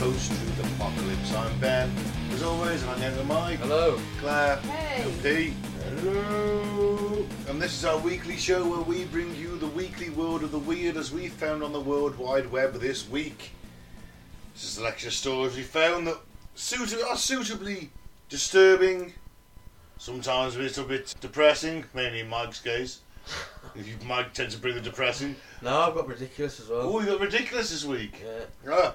Coast to the Apocalypse. I'm Ben. As always, I'm here with Mike, Hello. Claire, Hey. and Pete. Hello. And this is our weekly show where we bring you the weekly world of the weird as we found on the World Wide Web this week. This is a selection of stories we found that suit- are suitably disturbing, sometimes a little bit depressing, mainly in Mike's case. If you, Mike tends to bring the depressing. No, I've got ridiculous as well. Oh, you got ridiculous this week. Yeah. Ah,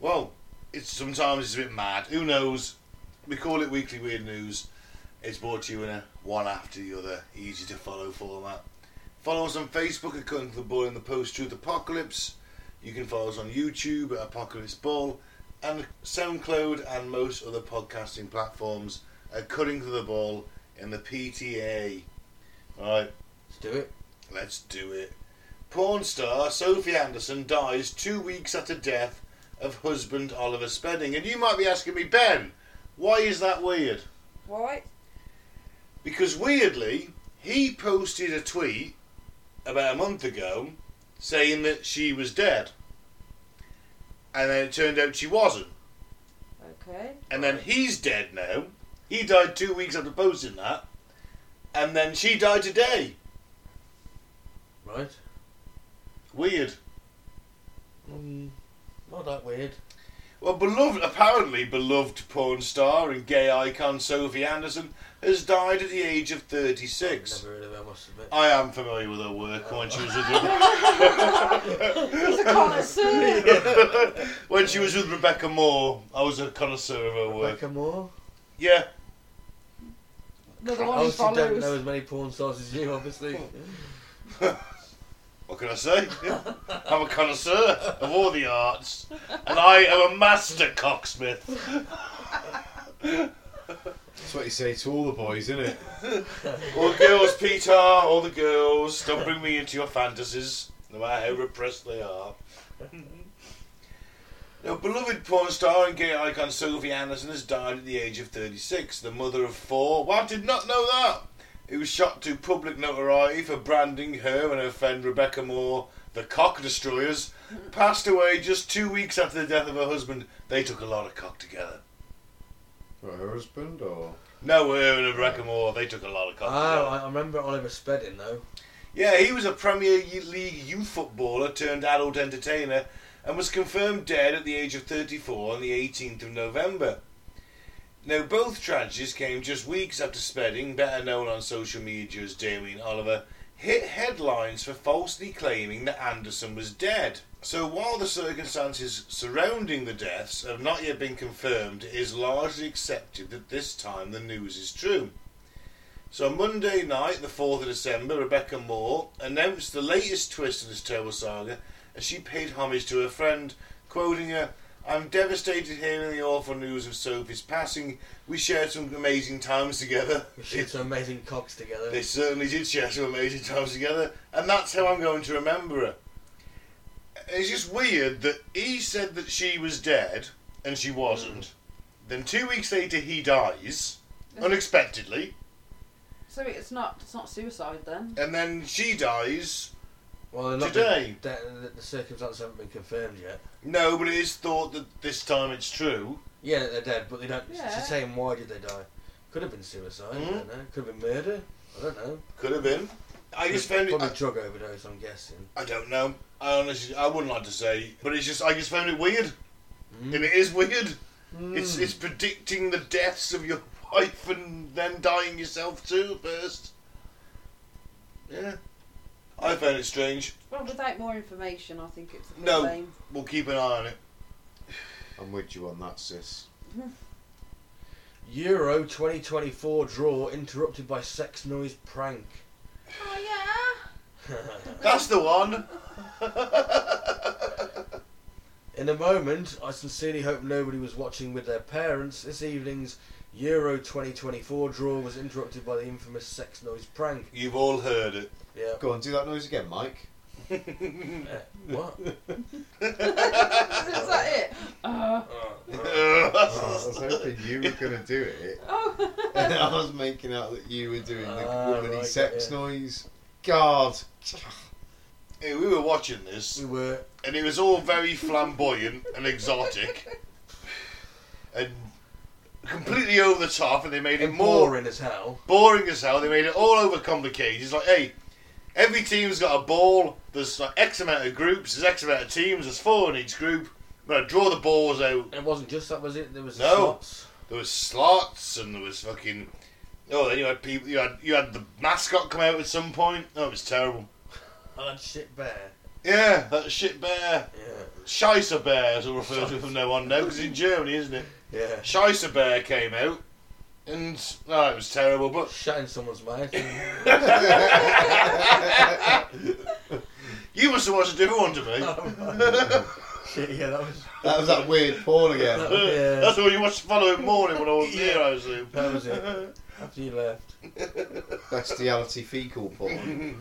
well, it's sometimes it's a bit mad. Who knows? We call it Weekly Weird News. It's brought to you in a one after the other, easy to follow format. Follow us on Facebook at Cutting to the Ball in the Post Truth Apocalypse. You can follow us on YouTube at Apocalypse Ball and SoundCloud and most other podcasting platforms at Cutting to the Ball in the PTA. Alright, Let's do it. Let's do it. Porn star Sophie Anderson dies two weeks after death of husband Oliver Spedding. And you might be asking me, Ben, why is that weird? Why? Because weirdly, he posted a tweet about a month ago saying that she was dead. And then it turned out she wasn't. Okay. And then he's dead now. He died two weeks after posting that. And then she died today. Right. Weird. Mm, not that weird. Well, beloved, apparently beloved porn star and gay icon Sophie Anderson has died at the age of 36. Never heard of it, I must admit. I am familiar with her work when she was He's a with connoisseur. when she was with Rebecca Moore. I was a connoisseur of her work. Rebecca Moore. Yeah, Another I one he obviously Oh, don't know follows. as many porn stars as you, obviously. Oh, what can I say? I'm a connoisseur of all the arts, and I am a master cocksmith. That's what you say to all the boys, isn't it? All the girls, Peter, all the girls, don't bring me into your fantasies, no matter how repressed they are. now, beloved porn star and gay icon Sophie Anderson has died at the age of 36, the mother of four. Wow, did not know that! It was shot to public notoriety for branding her and her friend Rebecca Moore, the cock destroyers, passed away just two weeks after the death of her husband. They took a lot of cock together. What, her husband or? No, her and Rebecca Moore, they took a lot of cock Oh, together. I, I remember Oliver Spedding though. Yeah, he was a Premier League youth footballer turned adult entertainer and was confirmed dead at the age of 34 on the 18th of November. Now, both tragedies came just weeks after Spedding, better known on social media as Damien Oliver, hit headlines for falsely claiming that Anderson was dead. So, while the circumstances surrounding the deaths have not yet been confirmed, it is largely accepted that this time the news is true. So Monday night, the 4th of December, Rebecca Moore announced the latest twist in this terrible saga as she paid homage to her friend, quoting her, I'm devastated hearing the awful news of Sophie's passing. We shared some amazing times together. We shared some amazing cocks together. They certainly did share some amazing times together, and that's how I'm going to remember her. It's just weird that he said that she was dead, and she wasn't. Then two weeks later, he dies, unexpectedly, So it's not it's not suicide then. and then she dies, Well, they're not Today. The, the, the circumstances haven't been confirmed yet. No, but it is thought that this time it's true. Yeah, they're dead, but they don't. Yeah. It's saying why did they die? Could have been suicide. I Mhm. don't know. Could have been murder. I don't know. Could have been. I just found it. Probably I, drug overdose. I'm guessing. I don't know. I honestly, I wouldn't like to say, but it's just I just found it weird, Mm. and it is weird. It's Mm. it's predicting the deaths of your wife and then dying yourself too first. Yeah, I found it strange. Well, without more information, I think it's a bit No. lame. We'll keep an eye on it. I'm with you on that, sis. Euro 2024 draw interrupted by sex noise prank. Oh yeah. That's the one. In a moment, I sincerely hope nobody was watching with their parents. This evening's Euro 2024 draw was interrupted by the infamous sex noise prank. You've all heard it. Yeah. Go on, do that noise again, Mike. Eh, what? Is that it? Uh, I was hoping you were going to do it. oh. And I was making out that you were doing the Ah, womany right, sex yeah. noise. God. Hey, we were watching this, We were. and it was all very flamboyant and exotic, and completely over the top. And they made it And more boring as hell. boring as hell. They made it all over complicated. It's like, hey, every team's got a ball. There's like X amount of groups. There's X amount of teams. There's four in each group. I'm gonna draw the balls out. It wasn't just that, was it? There was No. shots. There was slots, and there was fucking. Oh, then you had people. You had you had the mascot come out at some point. Oh, it was terrible. Hard shit bear. Yeah, that shit bear, Yeah. Scheisse bear, as I refer to it from now on now, because in Germany, isn't it? Yeah. Scheisse bear came out, and oh, it was terrible. But Shut in someone's mouth. you must have watched a different one to me. Oh, shit, yeah, that was. That was that weird porn again. Yeah. Uh, That's all you watched the following morning when I was Yeah. here, I assume. That was it. After you left. Bestiality fecal porn.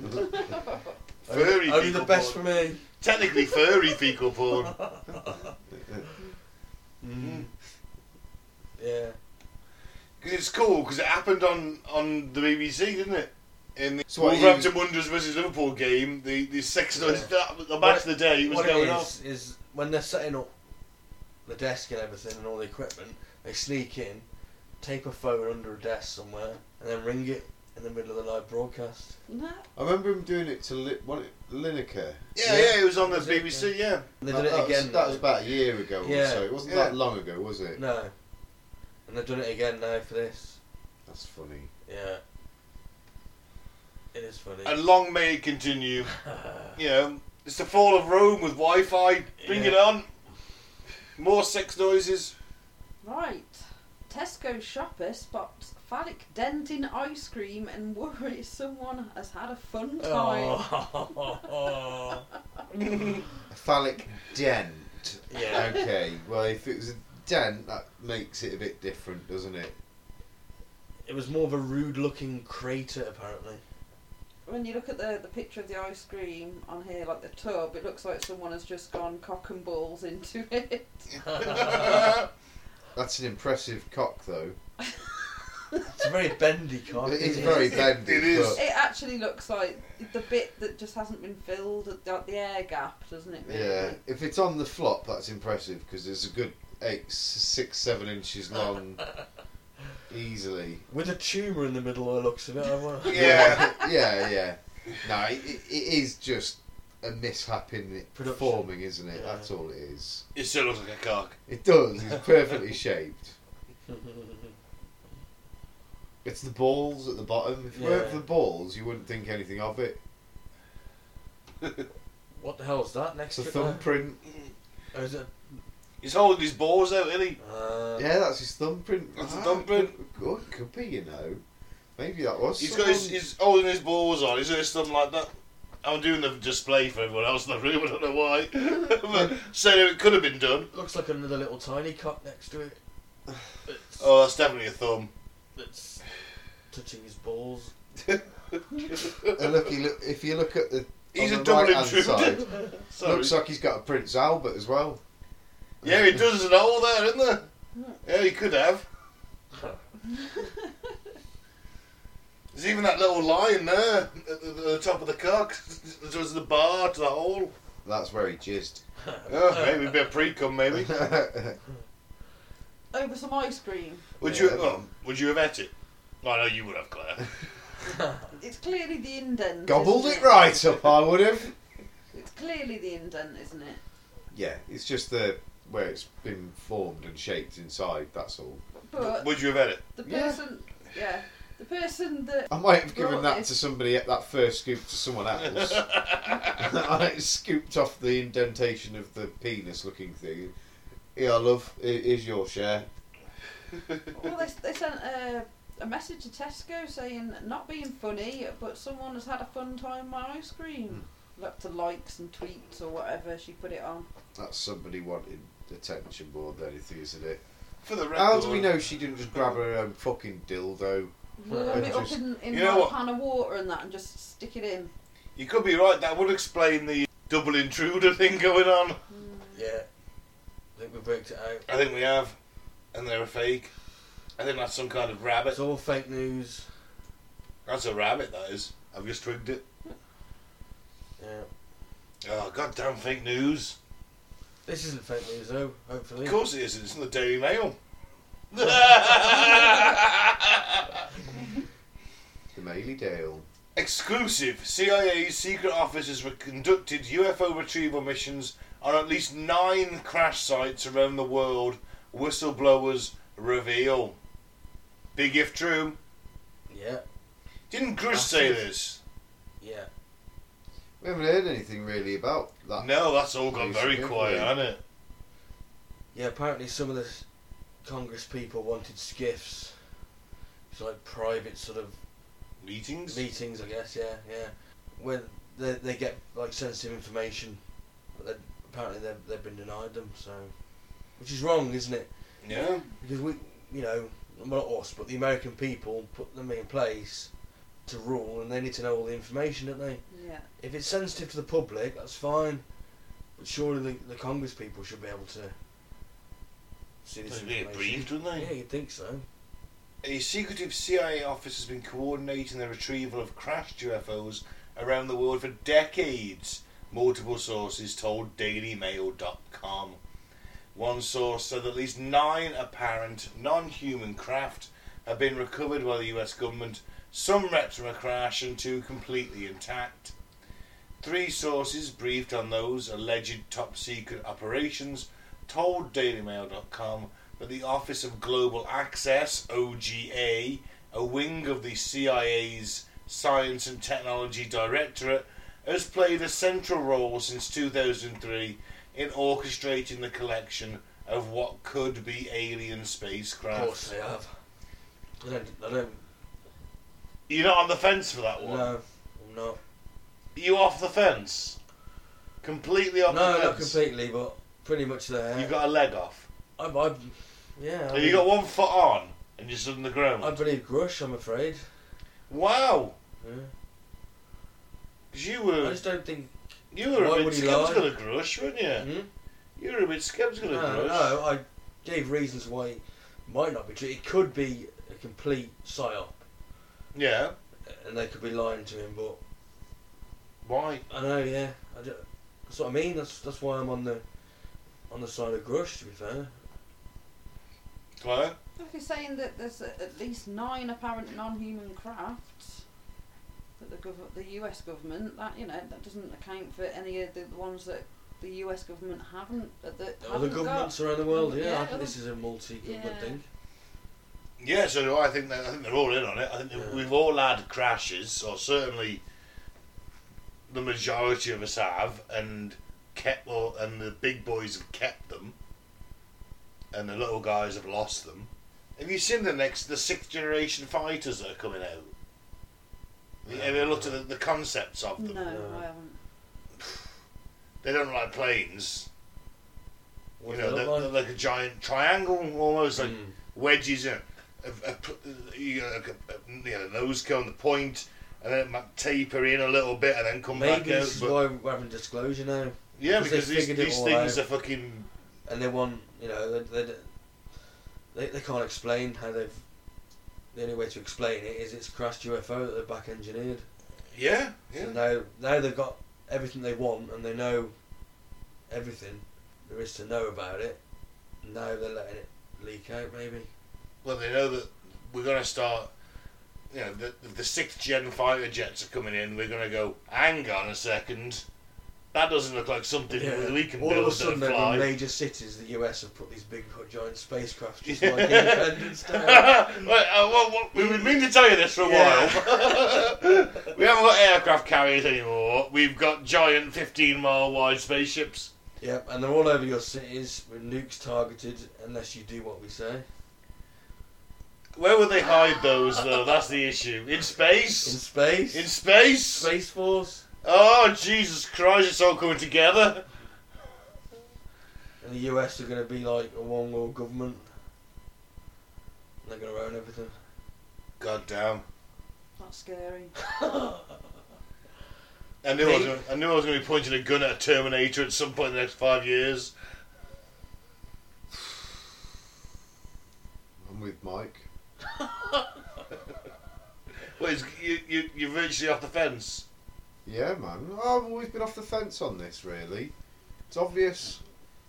Furry Only the people best porn. for me. Technically furry fecal porn. Mm. Yeah. Because it's cool, because it happened on, on the BBC, didn't it? In the So what, Wolverhampton Wanderers versus Liverpool game, the, the sex Yeah. that, the What match of the day it was what going it on. is, is when they're setting up the desk and everything and all the equipment, they sneak in, tape a phone under a desk somewhere, and then ring it in the middle of the live broadcast. No. I remember him doing it to Li- what, Lineker. Yeah, Yeah. yeah, it was on the Was it? BBC, yeah. And they That- did it that was- again. that was about a year ago or Yeah. so. It wasn't Yeah. that long ago, was it? No. And they've done it again now for this. That's funny. Yeah. It is funny. And long may it continue. You know, it's the fall of Rome with Wi Fi. Bring Yeah. it on. More sex noises. Right. Tesco shopper spots phallic dent in ice cream and worries someone has had a fun time. Oh. A phallic dent. Yeah. Okay. Well, if it was a dent, that makes it a bit different, doesn't it? it was more of a rude looking crater, apparently. When you look at the, the picture of the ice cream on here, like the tub, it looks like someone has just gone cock and balls into it. yeah, That's an impressive cock, though. It's a very bendy car. It is very bendy. It is. but- It actually looks like the bit that just hasn't been filled, at the, the air gap, doesn't it? Really? yeah. If it's on the flop, that's impressive because it's a good eight, s- six, seven inches long, easily. With a tumour in the middle by the looks of it. I want Yeah. yeah, yeah. No, it, it it is just a mishap in it Production. performing, isn't it? Yeah. That's all it is. it still looks like a cock. It does. It's perfectly shaped. It's the balls at the bottom. If it weren't Yeah. for the balls, you wouldn't think anything of it. what the hell's that next It's a to it? thumbprint. Oh, is it? He's holding his balls out, isn't he? Uh, Yeah, that's his thumbprint. That's a Ah, thumbprint. Good, good, could be, you know. Maybe that was. He's got his, someone. he's holding his balls on. He's doing something like that. I'm doing the display for everyone else in the room. I don't know why. but so it could have been done. Looks like another little tiny cock next to it. It's, Oh, that's definitely a thumb. it's touching his balls. And look, he look, if you look at the. He's on a the double right-hand intruder. side, Sorry. Looks like he's got a Prince Albert as well. yeah, he does. There's an hole there, isn't there? Yeah, he could have. There's even that little line there at the, the top of the cock. There's the bar to the hole. That's where he jizzed. Oh, maybe a bit of pre-cum, maybe. Over some ice cream. Would Yeah. you oh, would you have ate it? I know you would have, Claire. It's clearly the indent. Gobbled isn't it right up, I would have. It's clearly the indent, isn't it? Yeah, it's just the where it's been formed and shaped inside. That's all. But Would you have had it? the Yeah. Oh. person, yeah, the person that I might have given Right. that to somebody at that first scoop to someone else. I scooped off the indentation of the penis-looking thing. Yeah, love. Here- Here's your share. well, they, they sent a, a message to Tesco saying not being funny, but someone has had a fun time with my ice cream. Hmm. Look to likes and tweets or whatever she put it on. That's somebody wanting attention more than anything, isn't it? For the record. How do we know she didn't just grab her own fucking dildo? Rub it up Just- in, in You know like what? a pan of water and that, and just stick it in. You could be right. That would explain the double intruder thing going on. Yeah. I think we worked it out. I think we have, and they're a fake. I think that's some kind of rabbit. It's all fake news. That's a rabbit, that is. I've just twigged it. Yeah. Oh, goddamn fake news. This isn't fake news though, hopefully. Of course it isn't. It's in the Daily Mail. The Maily Dale. Exclusive. CIA's secret officers were conducted UFO retrieval missions on at least nine crash sites around the world. Whistleblowers reveal. Big if true. Yeah, Didn't Grush say this? yeah. We haven't heard anything really about that. No, that's all gone very quiet, hasn't it? Yeah, apparently some of the s- Congress people wanted skiffs. It's like private sort of Meetings? meetings, I guess. Yeah, yeah. When they they get like sensitive information, but they, apparently they've they've been denied them. So, which is wrong, isn't it? Yeah. Because we, you know, well, not us, but the American people put them in place to rule, and they need to know all the information, don't they? Yeah. If it's sensitive to the public, that's fine. But surely the, the Congress people should be able to see this They'd be information. aggrieved, wouldn't they? Yeah, you'd think so. A secretive CIA office has been coordinating the retrieval of crashed UFOs around the world for decades, multiple sources told DailyMail.com. One source said at least nine apparent non human craft have been recovered by the US government, some wrecked from a crash and two completely intact. Three sources briefed on those alleged top secret operations told DailyMail.com but the Office of Global Access, OGA, a wing of the CIA's Science and Technology Directorate, has played a central role since 2003 in orchestrating the collection of what could be alien Of course spacecraft. they have. I don't. I don't. You're not on the fence for that one. No, I'm not. You off the fence? Completely off No, the not fence. completely, but pretty much there. You've got a leg off. I, I, yeah. I, Have you got one foot on and you're stood on the ground? I believe Grush. I'm afraid. Wow. Yeah. 'Cause you I were just don't think. You were Why a bit would he sceptical lie? of Grush, weren't you? Hmm? You were a bit sceptical of No, Grush. no, I gave reasons why it might not be true. It could be a complete psyop, Yeah. and they could be lying to him. But Why? I know, yeah, I ju- that's what I mean. That's that's why I'm on the on the side of Grush. To be fair, Claire? If you're saying that there's a- at least nine apparent non-human crafts that the gov- the US government that you know that doesn't account for any of the ones that the US government haven't that that other haven't got. governments around the world, yeah, I think other- this is a multi-government yeah. thing. Yeah, so do I think that, I think they're all in on it. I think that Yeah. we've all had crashes, or certainly the majority of us have, and kept well, and the big boys have kept them, and the little guys have lost them. Have you seen the next the sixth generation fighters that are coming out? No. Have you looked at the, the concepts of No, them? No. I haven't. They don't look like planes. What you do know, they they're, look they're like? like a giant triangle almost, like Mm. wedges. You know, a, a, pl- you know, like a, a- you know, those go on the point, and then it might taper in a little bit, and then come back Maybe out. this is But, why we're having disclosure now, yeah, because they because these, figured it these all things out. are fucking. and they want, you know, they they, they, they can't explain how they've. The only way to explain it is it's crashed UFO that they've back engineered. Yeah, yeah. So now, now they've got everything they want and they know everything there is to know about it. Now they're letting it leak out, maybe. Well, they know that we're going to start. You know, the, the sixth gen fighter jets are coming in. We're going to go. Hang on a second. That doesn't look like something that we can All build of a sudden, and over fly. major cities, the US have put these big giant spacecraft just Yeah. like Independence Day. Right, uh, well, well, we've been meaning to tell you this for a Yeah. while. we haven't got aircraft carriers anymore. We've got giant 15 mile wide spaceships. Yep, and they're all over your cities with nukes targeted unless you do what we say. Where would they hide those, though? That's the issue. In In space? space? In space? Space Force? Oh, Jesus Christ, it's all coming together. And the US are going to be like a one world government. And they're going to own everything. God damn. That's scary. I knew I, was They- gonna, I knew I was going to be pointing a gun at a Terminator at some point in the next five years. I'm with Mike. Well, it's, you, you, you're virtually off the fence. Yeah, man. I've always been off the fence on this. Really, it's obvious.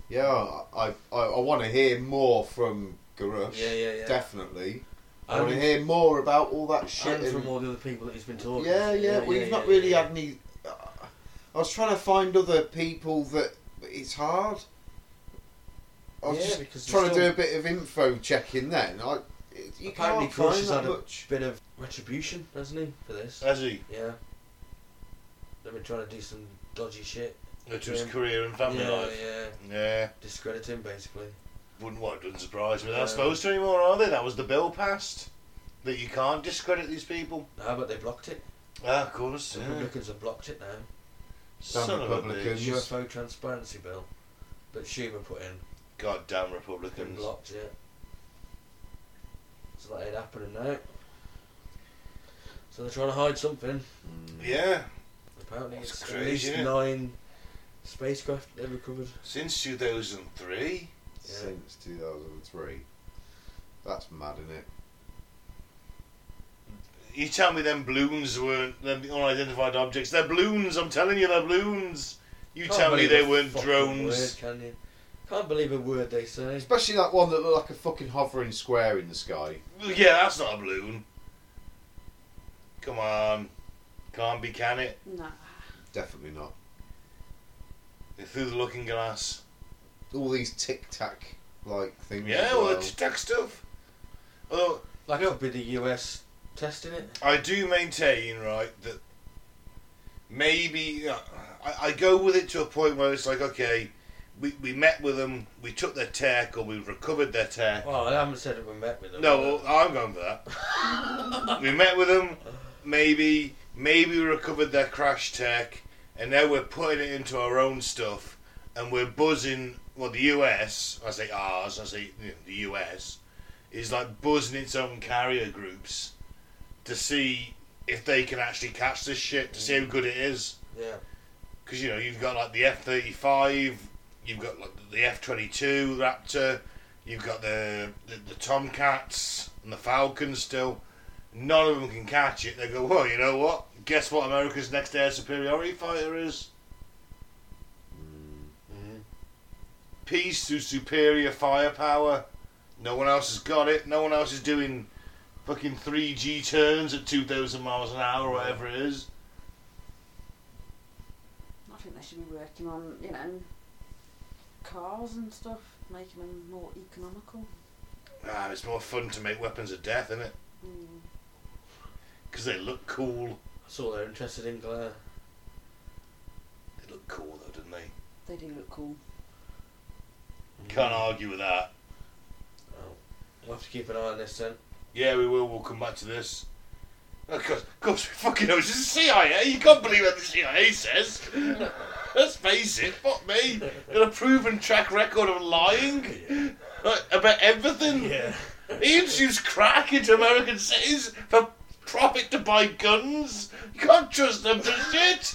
Yeah, I I, I want to hear more from Garush. Yeah, yeah, yeah. Definitely. I want to And, hear more about all that shit. and and- from all the other people that he's been talking. yeah, yeah. to. Well, you've not yeah, really yeah. had any. uh, I was trying to find other people that it's hard. I was Yeah, because just you're trying to do still- a bit of info checking then. I, it- you Apparently, can't find Crush has that had a much. Uh, bit of retribution, hasn't he, for this? Has he? Yeah. They've been trying to do some dodgy shit. Uh, To his Yeah. career and family yeah, life. yeah. Yeah. Discredit him, basically. Wouldn't what doesn't surprise me. They're Yeah. not supposed to anymore, are they? That was the bill passed. That you can't discredit these people. How about they blocked it? Ah, of course. The yeah. Republicans have blocked it now. Son Damn of a Republicans. bitch. Yes. UFO transparency bill that Schumer put in. Goddamn Been Republicans. blocked, yeah. So that ain't happening now. So they're trying to hide something. Yeah. Apparently, That's it's crazy, at innit? least nine spacecraft they recovered. Since 2003. Since 2003. That's mad, isn't it? You tell me them balloons weren't them unidentified objects. They're balloons. I'm telling you, they're balloons. You Can't tell me believe they a weren't fucking drones. Word, can you? Can't believe a word they say. Especially that one that looked like a fucking hovering square in the sky. Well, Yeah, that's not a balloon. Come on, can't be, can it? Nah. Definitely not. They threw the looking glass. All these tic tac like things. Yeah, as well, well. it's tech stuff. Oh, Although Like No. could be the US testing it. I do maintain, right, that maybe uh, I, I go with it to a point where it's like, okay, we, we met with them, we took their tech, or we recovered their tech. Well, I haven't said it we met with them. No, I'm going for that. we met with them. Maybe, maybe we recovered their crash tech, and now we're putting it into our own stuff, and we're buzzing. Well, the US, I say ours, I say you know, the US, is like buzzing its own carrier groups to see if they can actually catch this shit, to see how good it is. Yeah. Because you know you've got like the F thirty five, you've got like the F twenty two Raptor, you've got the, the the Tomcats and the Falcons still. None of them can catch it. They go, well, you know what? Guess what? America's next air superiority fighter is Mm. peace through superior firepower. No one else has got it. No one else is doing fucking three G turns at two thousand miles an hour or whatever it is. I think they should be working on, you know, cars and stuff, making them more economical. Ah, it's more fun to make weapons of death, isn't it? Mm. Because they look cool. That's all they're interested in, Glare. They look cool though, didn't they? They do look cool. Can't argue with that. Oh. We'll have to keep an eye on this then. Yeah, we will. We'll come back to this. Of course, of course we fucking know it's the CIA. You can't believe what the CIA says. Let's face it. Fuck me. Got a proven track record of lying like, about everything. He introduced crack into American cities for profit to buy guns. You can't trust them for shit.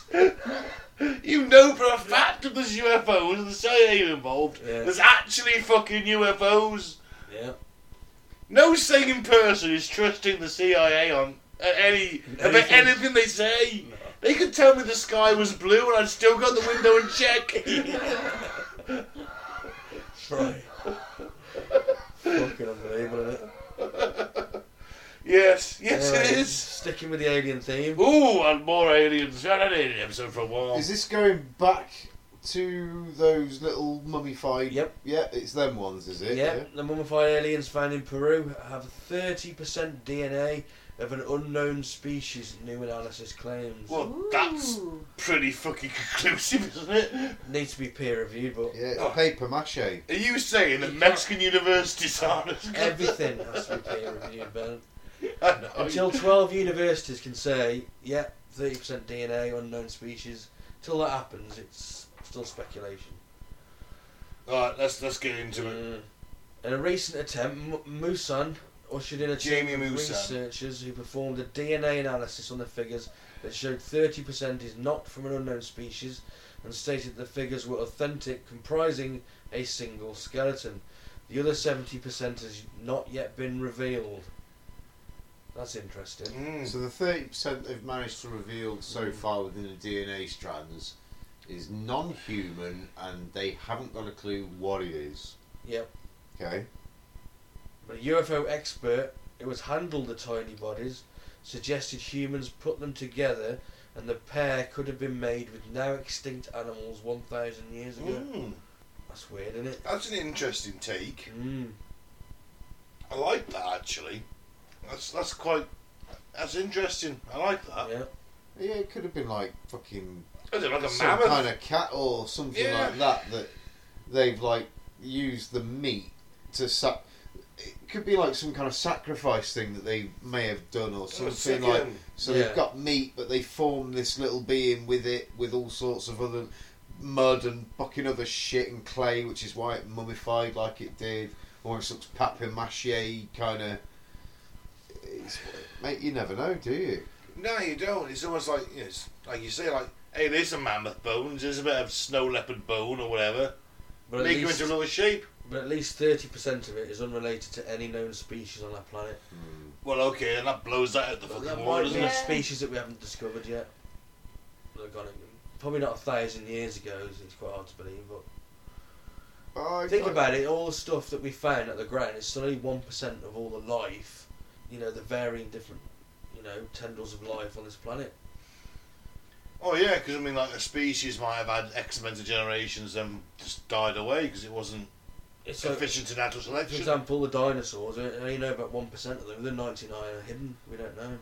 You know for a fact that there's UFOs and the CIA are involved. Yeah. There's actually fucking UFOs. Yeah. No sane person is trusting the CIA on uh, any about Anything. anything they say. They could tell me the sky was blue and I'd still go out the window and check. Right. Fucking unbelievable, isn't it? yes, yes, Anyway, it is. Sticking with the alien theme. Ooh, and more aliens. I had an alien episode for a while. Is this going back to those little mummified? Yep. Yeah, it's them ones, is it? Yeah, the mummified aliens found in Peru have 30% DNA of an unknown species, new analysis claims. Well, that's Ooh. pretty fucking conclusive, isn't it? Needs to be peer reviewed, but Yeah, it's Oh. paper mache. Are you saying that You Mexican universities aren't as good? everything has to be peer reviewed, Ben. I know. Until 12 universities can say, yeah, 30% DNA, unknown species. Till that happens, it's still speculation. All right, let's let's get into it. Mm. In a recent attempt, M- Musan ushered in a team Jamie of Musan. researchers who performed a DNA analysis on the figures that showed 30% is not from an unknown species and stated the figures were authentic, comprising a single skeleton. The other 70% has not yet been revealed. That's interesting. Mm. So the thirty percent they've managed to reveal so far within the DNA strands is non-human, and they haven't got a clue what it is. Yep. Okay. But a UFO expert who has handled the tiny bodies suggested humans put them together and the pair could have been made with now extinct animals 1,000 years ago. Mm. That's weird, isn't it? That's an interesting take. Mm. I like that actually. That's that's quite that's interesting. I like that. Yeah. Yeah, it could have been like fucking I don't like a some mammoth. kind of cat or something Yeah. like that that they've like used the meat to sac. It could be like some kind of sacrifice thing that they may have done or Oh, something chicken. like. So Yeah. they've got meat, but they form this little being with it, with all sorts of other mud and fucking other shit and clay, which is why it mummified like it did. Almost looks papier mâché kind of. It's, mate, you never know, do you? No, you don't. It's almost like you know, it's like you say, like hey, there's some mammoth bones. There's a bit of snow leopard bone or whatever. But at, Make them least, into another shape. but at least 30% of it is unrelated to any known species on our planet. Well, okay, and that blows that out the But fucking that water, might doesn't be a it? Yeah. species that we haven't discovered yet. Look on it. Probably not a thousand years ago, so it's quite hard to believe, but Oh, Think about it, all the stuff that we found at the ground is only 1% of all the life, you know, the varying different, you know, tendrils of life on this planet. Oh yeah, because I mean, like a species might have had X amount of generations and just died away because it wasn't It's like, sufficient to natural for selection. example, the dinosaurs, we only know about 1% of them, the 99 are hidden, we don't know.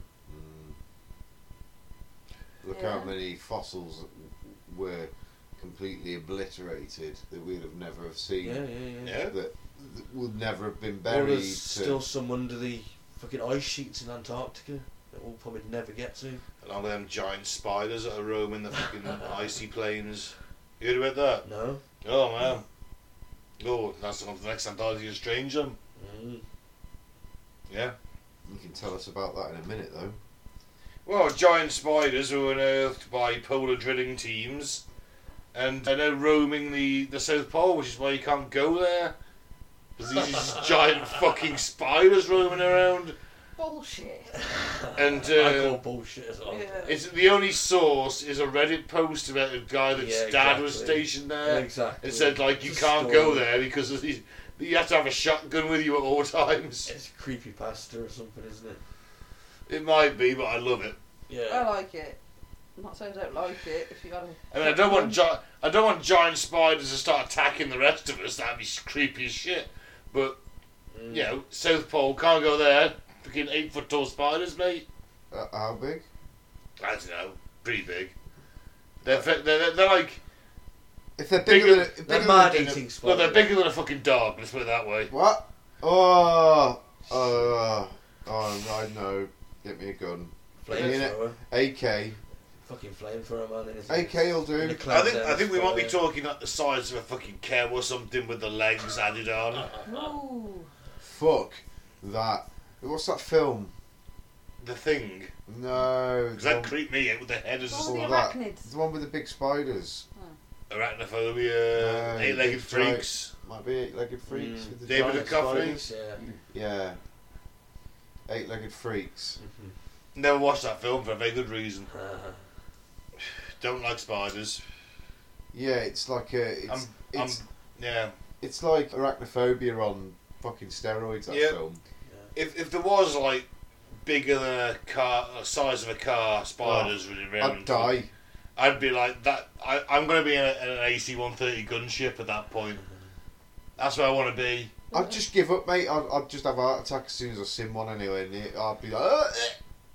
Look how Yeah. many fossils were completely obliterated that we'd have never have seen. Yeah, yeah, yeah. Yeah. That that would never have been Or buried. there's to- still some under the fucking ice sheets in Antarctica that we'll probably never get to. Along with them giant spiders that are roaming the fucking icy plains. You heard about that? No? Oh man. Oh, that's one of the next Antarctica strange them. Mm. Yeah. You can tell us about that in a minute, though. Well, giant spiders were unearthed by polar drilling teams, and they're now roaming the, the South Pole, which is why you can't go there. Because these just giant fucking spiders roaming around. Bullshit. And I call uh, bullshit as well. Yeah. it's the only source is a Reddit post about a guy that's Yeah, dad was exactly. stationed there. exactly. It said like you It's a can't story. go there because of these, you have to have a shotgun with you at all times. It's creepy pasta or something, isn't it? It might be, but I love it. Yeah. I like it. I'm not saying I don't like it. If you had a I mean, I don't want gi- I don't want giant spiders to start attacking the rest of us. That'd be creepy as shit. But Mm. you know, South Pole can't go there. Fucking eight foot tall spiders, mate. Uh, how big? I don't know, pretty big. They're fe- they're, they're, they're like If they're Bigger bigger, than- than, They're bigger mad than a- eating well, spiders. they're bigger than a fucking dog. Let's put it that way. What? Oh, oh, oh! I know. Get me a gun. Flamethrower. AK, Fucking flamethrower, man. in his- AK will in the do. I clouds think there, I think we might be fire. talking like the size of a fucking cow or something with the legs added on. Uh-uh. ooh, Fuck that. What's that film? The thing. No. Because the that one- creeped me out with the head as Oh, a the all that. arachnids. The one with the big spiders. arachnophobia, No, eight-legged it's right. freaks. Might be eight-legged freaks. Mm. With the David giant Duchovny. spiders. Yeah. Yeah. Eight-legged freaks. Never watched that film for a very good reason. Uh, Don't like spiders. Yeah, it's like a. It's, I'm- it's, I'm- Yeah. it's like arachnophobia on fucking steroids. That Yeah. film. If if there was like bigger than a car, the size of a car, spiders running around. Oh, I'd die. I'd be like that. I, I'm going to be in, a, in an AC-130 gunship at that point. Mm-hmm. That's where I want to be. I'd just give up, mate. I'd, I'd just have a heart attack as soon as I seen one anyway, and it, I'd be like, "Ugh, eh."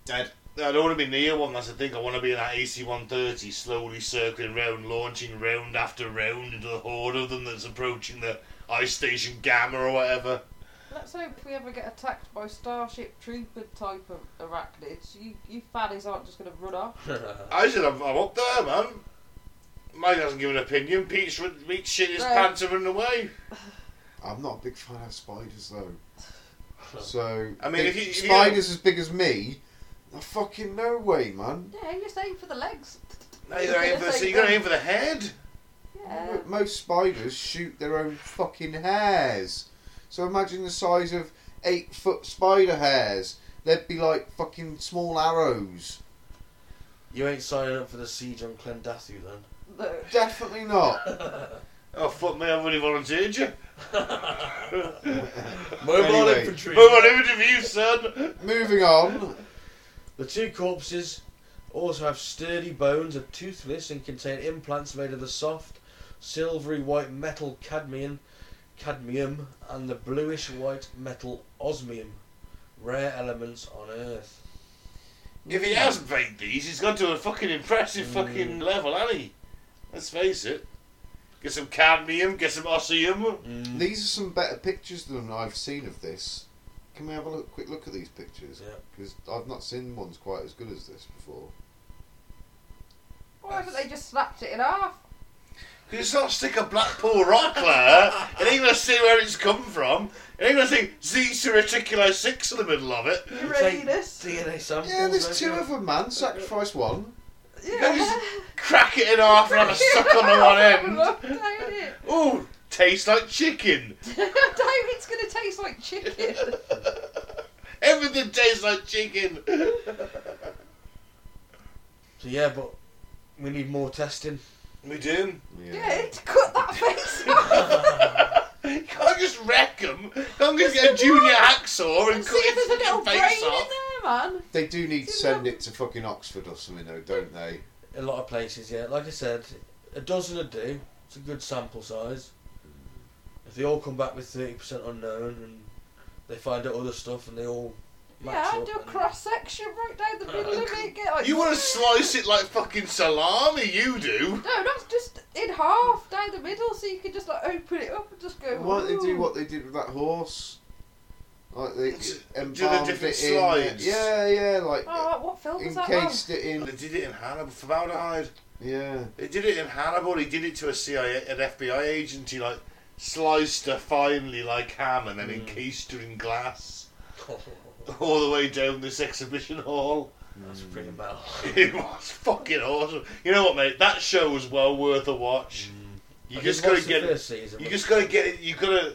Dead. I don't want to be near one. That's the thing. I want to be in that AC-130, slowly circling round, launching round after round into the horde of them that's approaching the ice station Gamma or whatever. let's hope if we ever get attacked by Starship Trooper type of arachnids, you you faddies aren't just going to run off. I said I'm, I'm up there, man. Mike hasn't given an opinion. Pete's, run- Pete's shit his Right. pants and running away. I'm not a big fan of spiders though. So I mean, big- if you- if you- spiders as big as me, no fucking no way, man. Yeah, you're saying for the legs. No, you're aiming for the, so you're gonna aim for the head. Yeah. Most spiders shoot their own fucking hairs. So imagine the size of eight foot spider hairs. They'd be like fucking small arrows. You ain't signing up for the siege on Clendathu then. The- Definitely not. Oh fuck me! I've already volunteered you. Mobile Anyway. infantry. Move on over to you, son. Moving on. The two corpses also have sturdy bones, are toothless, and contain implants made of the soft, silvery white metal cadmium, cadmium, and the bluish white metal osmium, rare elements on Earth. If he has made these, he's gone to a fucking impressive fucking level, hasn't he? Let's face it. Get some cadmium, get some ossium. Mm. These are some better pictures than I've seen of this. Can we have a look, quick look at these pictures? Yeah. Because I've not seen ones quite as good as this before. Why haven't they just slapped it in half? Because it's not stick a Blackpool rock there. It ain't gonna see where it's come from. It ain't gonna see Zeta Reticuli 6 in the middle of it. You take Uranus. uh, DNA samples. Yeah, there's don't two you? of them, man. Sacrifice one. Yeah. Crack it in half and have a suck on the one end. Look, don't it? Ooh, tastes like chicken. David's gonna taste like chicken. Everything tastes like chicken. So yeah, but we need more testing. We do. Yeah, to cut that face off You can't just wreck them. You can't just get a junior hacksaw and and see cut if his there's a little fucking brain face in off. there, man. They do need to Didn't send have- it to fucking Oxford or something, though, don't they? A lot of places, yeah. Like I said, a dozen would do. It's a good sample size. If they all come back with thirty percent unknown and they find out other stuff and they all match Yeah, up, do a then- cross section right down the middle of it. Get like Uh, You want to slice it like fucking salami, you do. No, that's just in half down the middle, so you can just like open it up and just go. Why don't they do "Ooh." what they did with that horse? Like they Do the embalmed different it in. slides. Yeah, yeah, like Oh, what- what film was that? encased it They in. did it in Hannibal, formaldehyde. Yeah. They did it in Hannibal. He did it to a CIA, an FBI agent. He like sliced her finely like ham and then Mm. encased her in glass all the way down this exhibition hall. That's pretty Mm. mal. It was fucking awesome. You know what, mate? That show was well worth a watch. You Mm. I just did gotta watch the get it. first season. You but just gotta get it. You gotta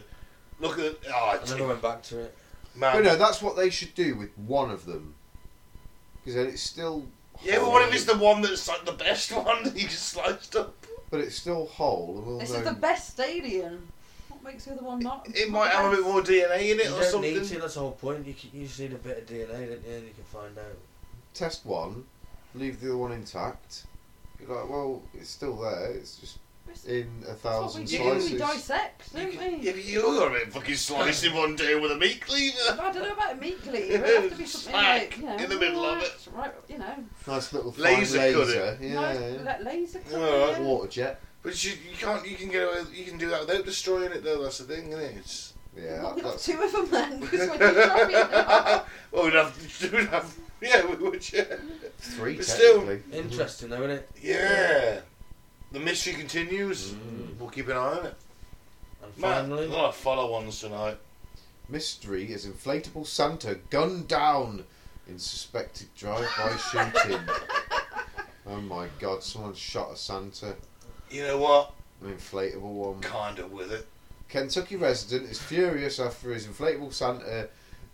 look at. Oh, I t- never went back to it. man. But no, that's what they should do with one of them. Because then it's still. yeah, but whole, what if it's the one that's like the best one? that You just sliced up. But it's still whole. And we'll This know is the best stadium. What makes the other one not? It might have a bit more DNA in You it or don't something. need to. That's the whole point. You, can, you just need a bit of DNA, don't you? And you can find out. Mm-hmm. Test one, leave the other one intact. You're like, well, it's still there. It's just It's- in a That's what we thousand do. We slices. dissect, You don't can- we? yeah, but you're a bit fucking slicing one day with a meat cleaver. I don't know about a meat cleaver. It'd have to be something Smack like you know, in the middle of right, right? You know, Nice little fine Laser laser. cut Yeah, nice yeah. la- laser cut. Alright. yeah. Water jet. But you, you can't. You can get away. You can do that without destroying it, though. That's the thing, isn't it? It's... Yeah, Well, that- we got that's two of them then, because when you drop it in half, well, we'd have. We'd have yeah, we would. Yeah. three But still- technically. Interesting, though, isn't it? yeah. The mystery continues. Mm. We'll keep an eye on it. And Man, finally, a lot of follow ones tonight. Mystery is inflatable Santa gunned down in suspected drive-by shooting. Oh my god, someone shot a Santa, You know what? an inflatable one. Kinda with it. Kentucky resident is furious after his inflatable Santa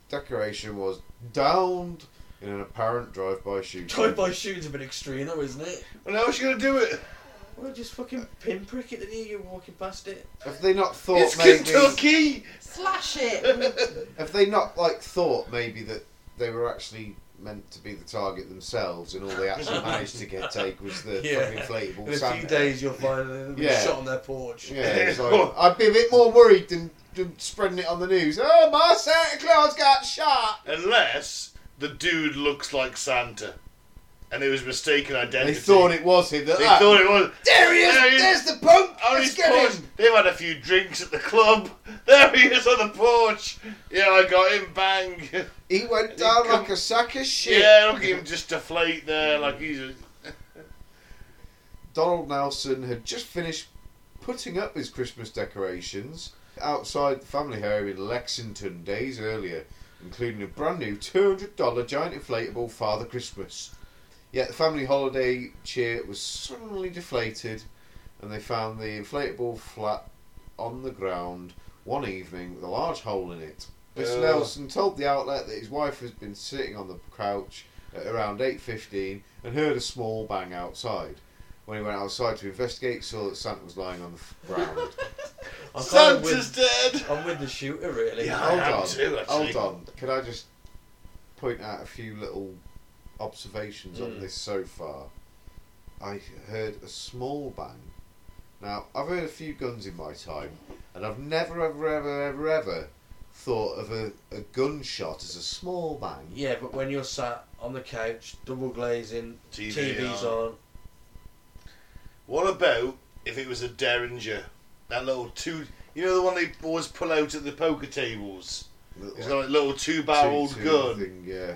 decoration was downed in an apparent drive-by shooting. drive by shooting's a bit extreme, though, isn't it? Well, how else you gonna do it? Well, just fucking pinprick it, didn't you? You're walking past it. Have they not thought it's maybe? Kentucky. slash it. Have they not like thought maybe that they were actually meant to be the target themselves, and all they actually managed to get take was the Yeah. fucking inflatable In a Santa? few days, you'll find them Yeah. shot on their porch. Yeah, it's like, I'd be a bit more worried than, than spreading it on the news. Oh, my Santa Claus got shot. Unless the dude looks like Santa, and it was mistaken identity. They thought it was him. That, They thought it was. There he is. There he is. There's the punk. On Let's his get porch. him. They've had a few drinks at the club. There he is on the porch. Yeah, I got him. Bang. He went He down come- like a sack of shit. Yeah, look at him just deflate there like he's. A, Donald Nelson had just finished putting up his Christmas decorations outside the family home in Lexington days earlier, including a brand new $200 giant inflatable Father Christmas. Yet the family holiday cheer was suddenly deflated, and they found the inflatable flat on the ground one evening with a large hole in it. Miss Ugh. Nelson told the outlet that his wife has been sitting on the couch at around 8.15 and heard a small bang outside. When he went outside to investigate, saw that Santa was lying on the f- ground. I'm, kind of Santa's with, dead. I'm with the shooter, really. Yeah, I hold am on, too, actually. hold on. Can I just point out a few little observations on Mm. this so far? I heard a small bang. Now, I've heard a few guns in my time, and I've never, ever, ever, ever, ever thought of a, a gunshot as a small bang. Yeah, but when you're sat on the couch, double glazing, TV TV's on. on. What about if it was a derringer? That little two. You know the one they always pull out at the poker tables. It's Little got a little two-barreled two-two gun, thing, yeah.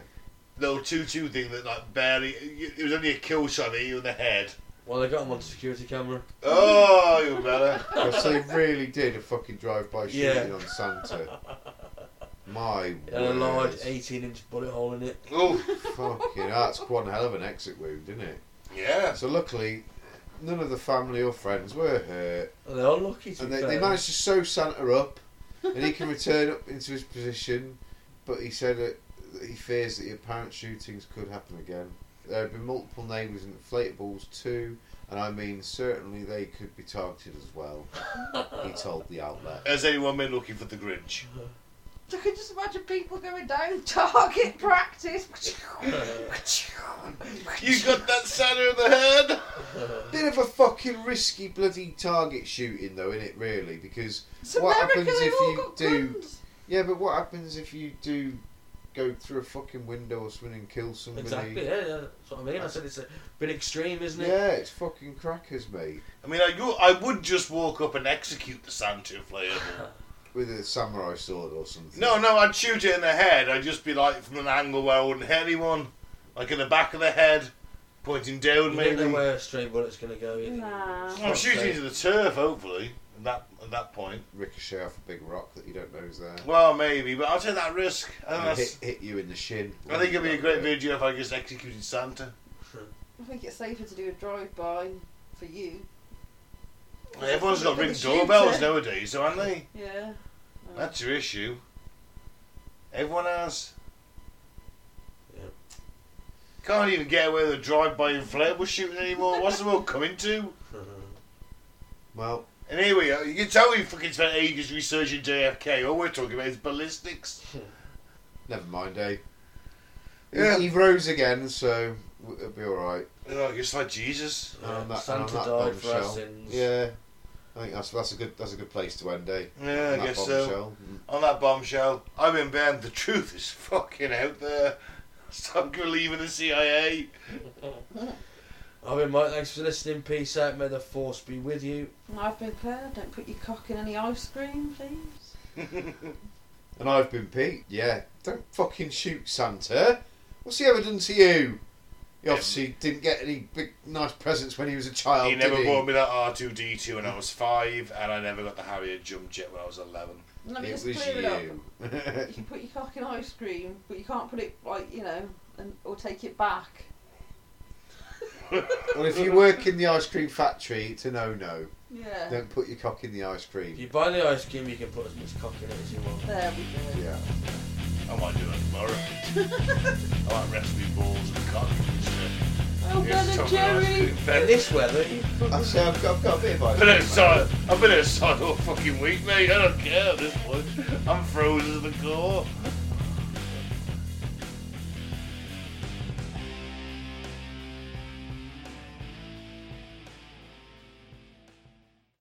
little two-two thing that like barely. It was only a kill shot at you in the head. Well, they got him on security camera. Oh, you better. Because they really did a fucking drive-by shooting Yeah. on Santa. My It had a large word. 18 inch bullet hole in it. Oh, Fucking hell, that's one hell of an exit wound, isn't it? yeah. So luckily, none of the family or friends were hurt, And they're unlucky to and be they, they fair. managed to sew Santa up, and he can return up into his position. But he said that that he fears that the apparent shootings could happen again. There have been multiple neighbours and inflatables too, and I mean certainly they could be targeted as well. He told the outlet. Has anyone been looking for the Grinch? I can just imagine people going down target practice. You got that Santa in the head. Bit of a fucking risky bloody target shooting though, isn't it? Really, because It's America, What happens they've if all you got do- guns. Yeah, but what happens if you do go through a fucking window or something and kill somebody? Exactly, yeah, yeah, that's what I mean. I said it's a bit extreme, isn't it? Yeah, it's fucking crackers, mate. I mean, I, go, I would just walk up and execute the Santa if I ever. With a samurai sword or something. No, no, I'd shoot it in the head. I'd just be like from an angle where I wouldn't hit anyone, like in the back of the head, pointing down You don't know maybe. where a stray bullet's going to go. either. Nah. Oh, I'm shooting into the turf, hopefully. At that at that point, Ricochet off a big rock that you don't know is there. well, maybe, but I'll take that risk. I think, And that's, hit, hit you in the shin. I think it'd be a great video if I just executed Santa. I think it's safer to do a drive-by for you. Everyone's got For the ring shooter. doorbells nowadays, haven't they? Yeah. That's your issue. Everyone has. Yeah. Can't even get away with a drive-by inflatable shooting anymore. What's the world coming to? uh-huh. Well, And here we are. You can tell we fucking spent ages researching JFK. All we're talking about is ballistics. never mind, eh? He- Yeah. He, rose again, so w- it'll be alright. Oh, it's like Jesus. Yeah, Um, that- Santa um, that died for our bombshell. sins. Yeah. I think that's that's a good that's a good place to end, eh? Yeah, I On that guess so. bombshell. On that bombshell, I've been banned. The truth is fucking out there. Stop believing the CIA. I've been Mike, thanks for listening. Peace out. May the force be with you. And I've been Claire. Don't put your cock in any ice cream, please. And I've been Pete. Yeah. Don't fucking shoot Santa. What's he ever done to you? He Um, obviously didn't get any big nice presents when he was a child. he never did bought me that R2D2 when I was five, and I never got the Harrier jump jet when I was 11. Let me It just was clear it up. you. You can put your cock in ice cream, but you can't put it like you know, and or take it back. well, if you work in the ice cream factory, it's a no-no. Yeah. Don't put your cock in the ice If cream. you buy the ice cream, you can put as much cock in it as you want. There we go. Yeah. I might do that tomorrow. I might recipe balls and cock. Oh, Ben and Jerry. In this weather, you I say I've got, I've got a bit of ice I've been cream. outside. I've been outside all fucking week, mate. I don't care at this point. I'm frozen to the core.